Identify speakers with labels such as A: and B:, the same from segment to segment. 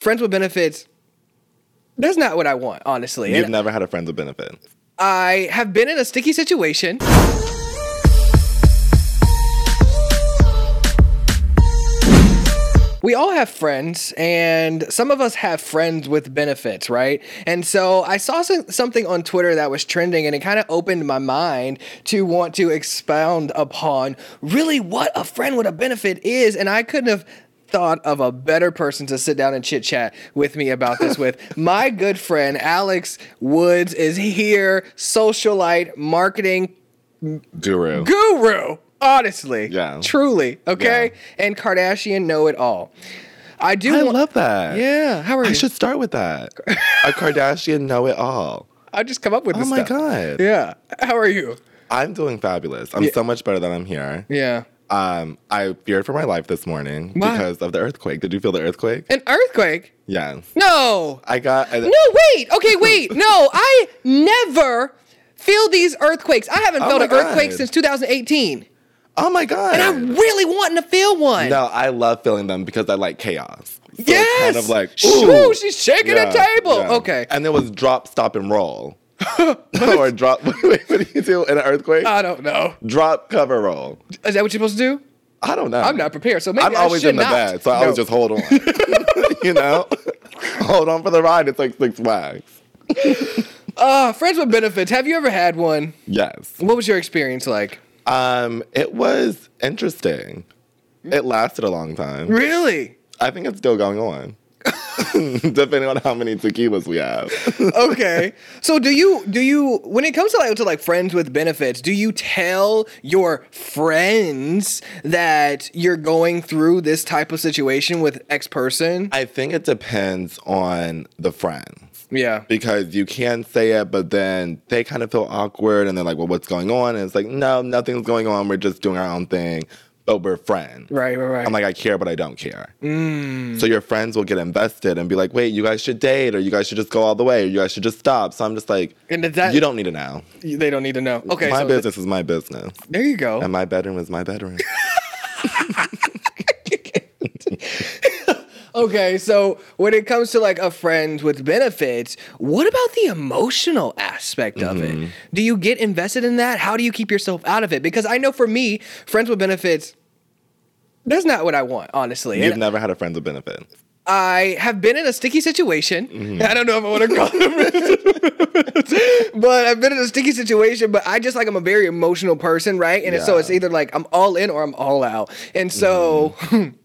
A: friends with benefits. That's not what I want, honestly.
B: You've
A: And
B: never had a friend with benefits.
A: I have been in a sticky situation. We all have friends, and some of us have friends with benefits, right? And so I saw some, something on Twitter that was trending, and it kind of opened my mind to want to expound upon really what a friend with a benefit is. And I couldn't have thought of a better person to sit down and chit chat with me about this with. My good friend Alex Woods is here, socialite, marketing
B: Guru.
A: guru. Honestly,
B: Yeah.
A: truly, okay, and Kardashian know it all. I do.
B: I
A: wa-
B: love that.
A: Yeah, how are
B: I
A: you?
B: should start with that. a Kardashian know it all.
A: I just come up with
B: Oh
A: this
B: my
A: stuff.
B: god.
A: Yeah. How are you?
B: I'm doing fabulous. I'm so much better that I'm here.
A: Yeah.
B: Um, I feared for my life this morning
A: Why?
B: because of the earthquake. Did you feel the earthquake?
A: An earthquake?
B: Yes.
A: No.
B: I got a,
A: No, wait. Okay, wait. No, I never feel these earthquakes. I haven't
B: Oh
A: felt
B: my
A: an earthquake
B: God.
A: since 2018.
B: Oh my god.
A: And I'm really wanting to feel one.
B: no, I love feeling them because I like chaos. So it's
A: yes.
B: Kind of like
A: Shoo, she's shaking
B: Yeah,
A: the table.
B: yeah.
A: Okay.
B: And there was drop, stop, and roll. or drop. Wait, what do you do in an earthquake?
A: I don't know.
B: drop, cover, roll.
A: Is that what you're supposed to do?
B: I don't know.
A: I'm not prepared, so maybe
B: I'm
A: I
B: always
A: should
B: in the
A: not.
B: bed, so I always
A: No.
B: just hold on. you know, hold on for the ride. It's like Six Flags.
A: Uh, friends with benefits. Have you ever had one?
B: Yes.
A: What was your experience like?
B: Um, it was interesting.
A: Mm.
B: It lasted a long time.
A: Really?
B: I think it's still going on, depending on how many tequilas we have.
A: okay. So do you do you when it comes to like to like friends with benefits, do you tell your friends that you're going through this type of situation with X person?
B: I think it depends on the friend.
A: yeah.
B: because you can say it, but then they kind of feel awkward and they're like, well, what's going on? And it's like, no, nothing's going on. We're just doing our own thing, but we're friends.
A: Right, right, right.
B: I'm like, I care, but I don't care. So your friends will get invested and be like, wait, you guys should date or you guys should just go all the way or you guys should just stop. So I'm just like,
A: And is that-
B: you don't need to know.
A: they don't need to know. Okay.
B: my
A: so
B: business is my business.
A: there you go.
B: And my bedroom is my bedroom.
A: Okay, so when it comes to like a friend with benefits, what about the emotional aspect of it? Do you get invested in that? How do you keep yourself out of it? Because I know for me, friends with benefits, that's not what I want, honestly.
B: You've
A: And
B: never had a friend with benefit.
A: I have been in a sticky situation.
B: Mm-hmm.
A: I don't know if I want to call them, but I've been in a sticky situation. But I just like I'm a very emotional person, right? And it's- so
B: Yeah.
A: it's either like I'm all in or I'm all out. And so,
B: Mm-hmm.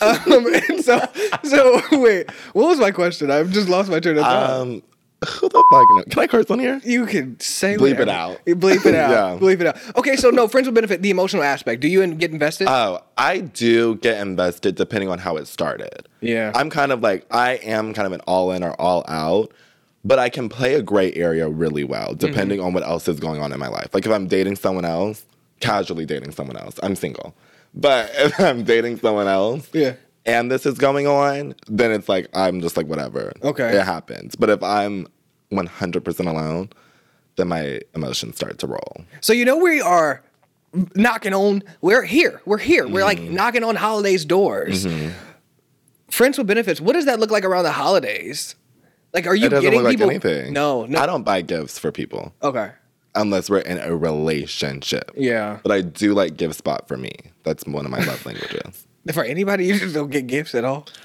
A: um, and so, so wait, what was my question? I've just lost my train of thought.
B: Um, who the fuck? Can I curse on here?
A: you can say
B: bleep it
A: whatever.
B: out.
A: You Bleep it out.
B: Yeah.
A: Bleep it out. Okay, so no friends will benefit the emotional aspect. Do you in- get invested?
B: Oh, I do get invested depending on how it started.
A: Yeah.
B: I'm kind of like, I am kind of an all in or all out, but I can play a gray area really well
A: Mm-hmm.
B: depending on what else is going on in my life. Like if I'm dating someone else, casually dating someone else, I'm single. But if I'm dating someone else,
A: Yeah.
B: and this is going on, then it's like, I'm just like, whatever.
A: Okay.
B: It happens. But if I'm 100% alone, then my emotions start to roll.
A: So you know we are knocking on. We're here. We're here. We're like
B: Mm-hmm.
A: knocking on holidays doors. Friends with benefits. What does that look like around the holidays? Like, are you
B: It doesn't
A: getting
B: look like
A: people?
B: anything.
A: No, no.
B: I don't buy gifts for people.
A: okay.
B: unless we're in a relationship.
A: Yeah.
B: But I do like give spot for me. That's one of my love languages.
A: For anybody, you just don't get gifts at all.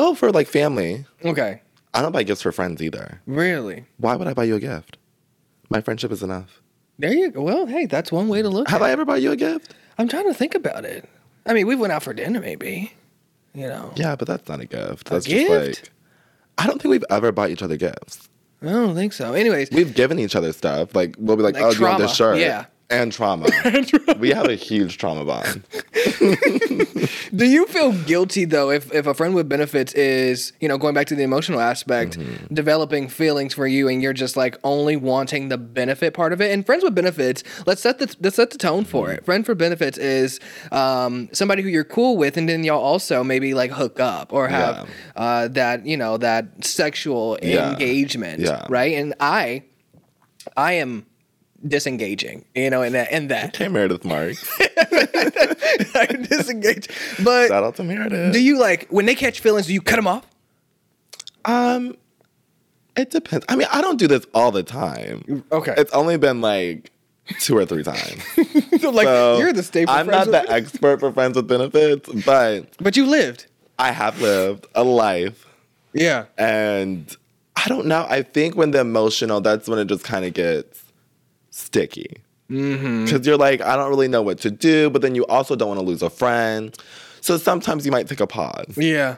B: Oh, for like family.
A: Okay.
B: I don't buy gifts for friends either.
A: Really?
B: Why would I buy you a gift? My friendship is enough.
A: There you go. Well, hey, that's one way to look
B: Have
A: at
B: I ever bought you a gift?
A: it. I'm trying to think about it. I mean, we went out for dinner, maybe. You know.
B: Yeah, but that's not a gift. That's
A: gift?
B: just like I don't think we've ever bought each other gifts.
A: I don't think so. Anyways,
B: We've given each other stuff. Like we'll be like,
A: Like
B: oh, do you want
A: trauma.
B: this shirt?
A: Yeah.
B: And trauma. we have a huge trauma bond.
A: Do you feel guilty though if, if a friend with benefits is, you know, going back to the emotional aspect,
B: Mm-hmm.
A: developing feelings for you and you're just like only wanting the benefit part of it? And friends with benefits, let's set the let's set the tone for
B: Mm-hmm.
A: it. Friend for benefits is um, somebody who you're cool with and then y'all also maybe like hook up or have uh, that, you know, that sexual
B: Yeah.
A: engagement.
B: Yeah.
A: Right. And I I am disengaging, you know, in that in that.
B: Hey Meredith Marks.
A: I disengage. But
B: Shout out to Meredith.
A: do you like when they catch feelings? Do you cut them off?
B: Um, it depends. I mean, I don't do this all the time.
A: Okay.
B: It's only been like two or three times.
A: like
B: So,
A: you're the staple.
B: I'm
A: friends
B: not
A: with-
B: the expert for friends with benefits, but
A: but you lived.
B: I have lived a life
A: Yeah.
B: and I don't know. I think when the emotional, that's when it just kind of gets sticky.
A: Mm-hmm.
B: Because you're like, I don't really know what to do, but then you also don't want to lose a friend. So sometimes you might take a pause
A: Yeah.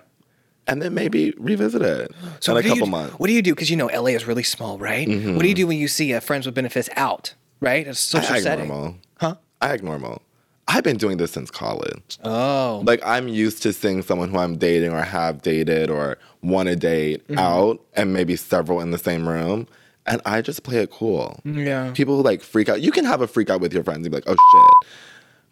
B: and then maybe revisit it
A: So
B: in
A: what
B: a
A: do you
B: couple
A: do-
B: months. Mm-hmm.
A: What do you do? Because you know LA is really small, right? What do you do when you see a friends with benefits out, right? A social
B: I act
A: setting.
B: normal. Huh? I act normal. I've been doing this since college.
A: Oh.
B: Like I'm used to seeing someone who I'm dating or have dated or want to date
A: Mm-hmm.
B: out and maybe several in the same room. And I just play it cool.
A: Yeah.
B: People who like freak out. You can have a freak out with your friends and be like, oh shit.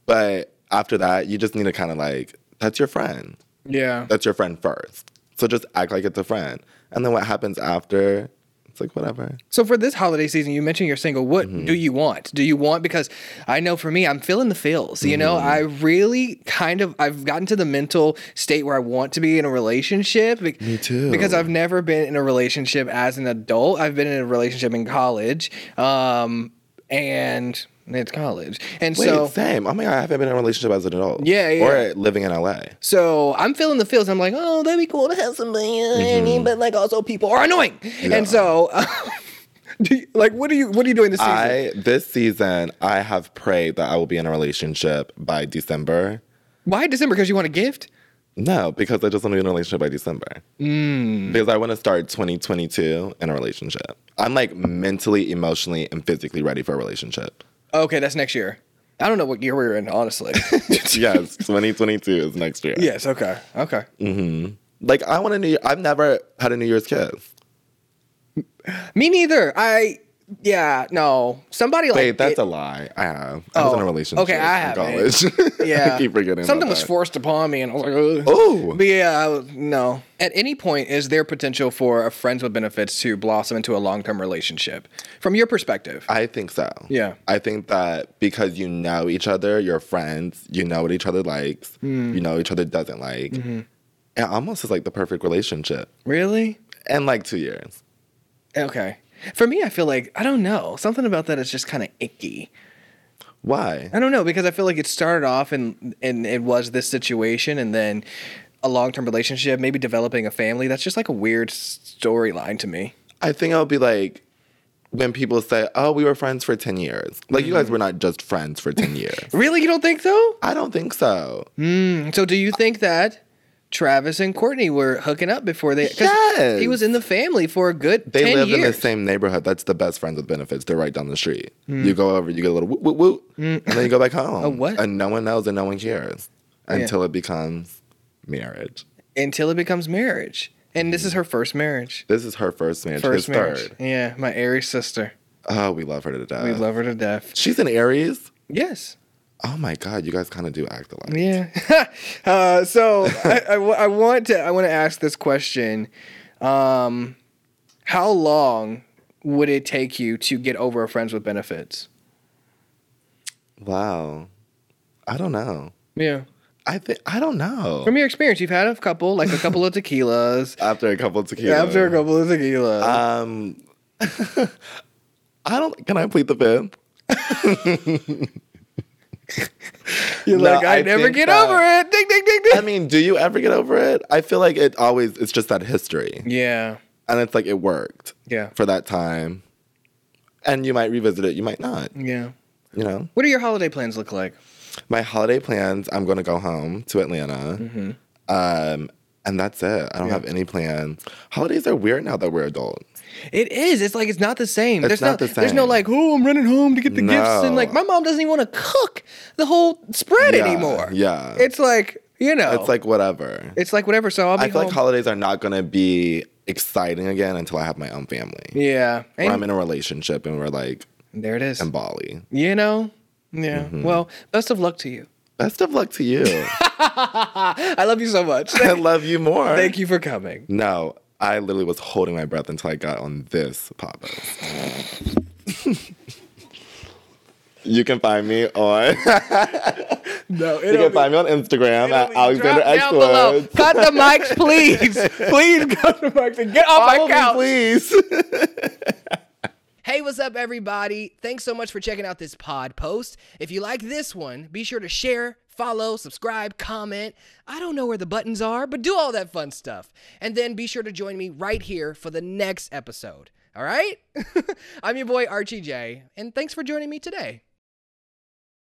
B: But after that, you just need to kind of like, that's your friend.
A: Yeah.
B: That's your friend first. So just act like it's a friend. And then what happens after, it's like whatever.
A: So for this holiday season, you mentioned you're single. What
B: Mm-hmm.
A: do you want? Do you want because I know for me, I'm feeling the feels. You know,
B: Mm-hmm.
A: I really kind of I've gotten to the mental state where I want to be in a relationship. Be-
B: Me too.
A: Because I've never been in a relationship as an adult. I've been in a relationship in college, um, and it's college, and
B: Wait,
A: so.
B: same. Oh my God, I haven't been in a relationship as an adult.
A: Yeah, yeah.
B: Or living in LA.
A: So I'm feeling the feels. I'm like, oh, that'd be cool to have somebody. You know what I mean? But like, also people are annoying.
B: Mm-hmm. Yeah.
A: And so, do you, like, what are you what are you doing this season?
B: I this season I have prayed that I will be in a relationship by December.
A: Why December? Because you want a gift?
B: No, because I just want to be in a relationship by December.
A: Mm.
B: Because I want to start 2022 in a relationship. I'm like mentally, emotionally, and physically ready for a relationship.
A: Okay, that's next year. I don't know what year we're in, honestly.
B: yes, 2022 is next year.
A: yes. Okay. Okay.
B: Mm. Like I want a new. I've never had a New Year's kiss.
A: Me neither. I. Yeah. No. Somebody like.
B: Wait, that's
A: it-
B: a lie. I have. I was in
A: Oh,
B: a relationship.
A: okay, I
B: in
A: haven't.
B: college.
A: Yeah.
B: I keep forgetting.
A: Something
B: about
A: was
B: that.
A: forced upon me, and I was like, Ugh.
B: Oh.
A: But yeah, I was- no. At any point, is there potential for a friends with benefits to blossom into a long term relationship? From your perspective.
B: I think so.
A: Yeah.
B: I think that because you know each other, you're friends, you know what each other likes, you know what each other doesn't like. It almost is like the perfect relationship.
A: really?
B: And like two years.
A: Okay. For me, I feel like I don't know. Something about that is just kind of icky.
B: Why?
A: I don't know because I feel like it started off and and it was this situation and then a long term relationship, maybe developing a family. That's just like a weird storyline to me.
B: I think I'll be like when people say, Oh, we were friends for ten years. Like you guys were not just friends for ten years.
A: Really, you don't think so? Mm,
B: I don't think so.
A: So do you think that Travis and Courtney were hooking up before they? 'cause
B: Yes.
A: he was in the family for a good
B: They
A: ten
B: live
A: years.
B: in the same neighborhood. That's the best friends with benefits. They're right down the street. You go over, you get a little whoop, whoop, whoop, and then you go back home.
A: Mm. what?
B: And no one knows and no one cares until it becomes marriage.
A: until it becomes marriage, and this is her first marriage.
B: This is her first marriage.
A: First
B: his
A: marriage.
B: third.
A: Yeah, my Aries sister.
B: Oh, we love her to death.
A: We love her to death.
B: She's an Aries.
A: Yes.
B: Oh my God, you guys kind of do act alike.
A: Yeah. uh, so I, I wa- I want to I want to ask this question: um, How long would it take you to get over a friends with benefits?
B: Wow. I don't know.
A: Yeah.
B: I think I don't know.
A: From your experience, you've had a couple, like a couple of tequilas.
B: after a couple tequila.
A: Yeah, after a couple of tequilas.
B: Um, I don't. Can I plead the fifth?
A: You're
B: no,
A: like, I,
B: I
A: never
B: think
A: get
B: that-
A: over it. Ding, ding, ding,
B: I
A: ding.
B: mean, do you ever get over it? I feel like it always. It's just that history,
A: Yeah.
B: and it's like it worked
A: Yeah.
B: for that time, and you might revisit it. You might not.
A: Yeah.
B: You know.
A: What do your holiday plans look like?
B: my holiday plans i'm going to go home to atlanta
A: Mm-hmm.
B: um, and that's it i don't have any plans holidays are weird now that we're adults
A: It is. It's like it's not the same.
B: It's
A: there's
B: not
A: no,
B: the
A: There's no
B: same.
A: like, oh, I'm running home to get the gifts, and
B: No.
A: like my mom doesn't even want to cook the whole spread
B: Yeah,
A: anymore.
B: yeah.
A: It's like you know.
B: it's like whatever
A: it's like whatever. So I'll be
B: i feel
A: home.
B: like holidays are not going to be exciting again until i have my own family
A: yeah.
B: Where
A: And
B: i'm in a relationship and we're like
A: there it is.
B: in bali
A: You know. Yeah.
B: Mm-hmm.
A: Well, best of luck to you.
B: best of luck to you
A: I love you so much.
B: i love you more
A: Thank you for coming.
B: no i literally was holding my breath until i got on this pop You can find me on
A: No,
B: you
A: it'll
B: can
A: be.
B: find me on Instagram
A: it'll
B: at
A: be
B: Alexander
A: dropped
B: X
A: down below.
B: Woods.
A: Cut the mics, please. Please cut the mics and get off my
B: Follow me,
A: couch.
B: please.
A: Hey, what's up, everybody? Thanks so much for checking out this pod post. If you like this one, be sure to share, follow, subscribe, comment. I don't know where the buttons are, but do all that fun stuff. And then be sure to join me right here for the next episode. All right? I'm your boy, Archie J, and thanks for joining me today.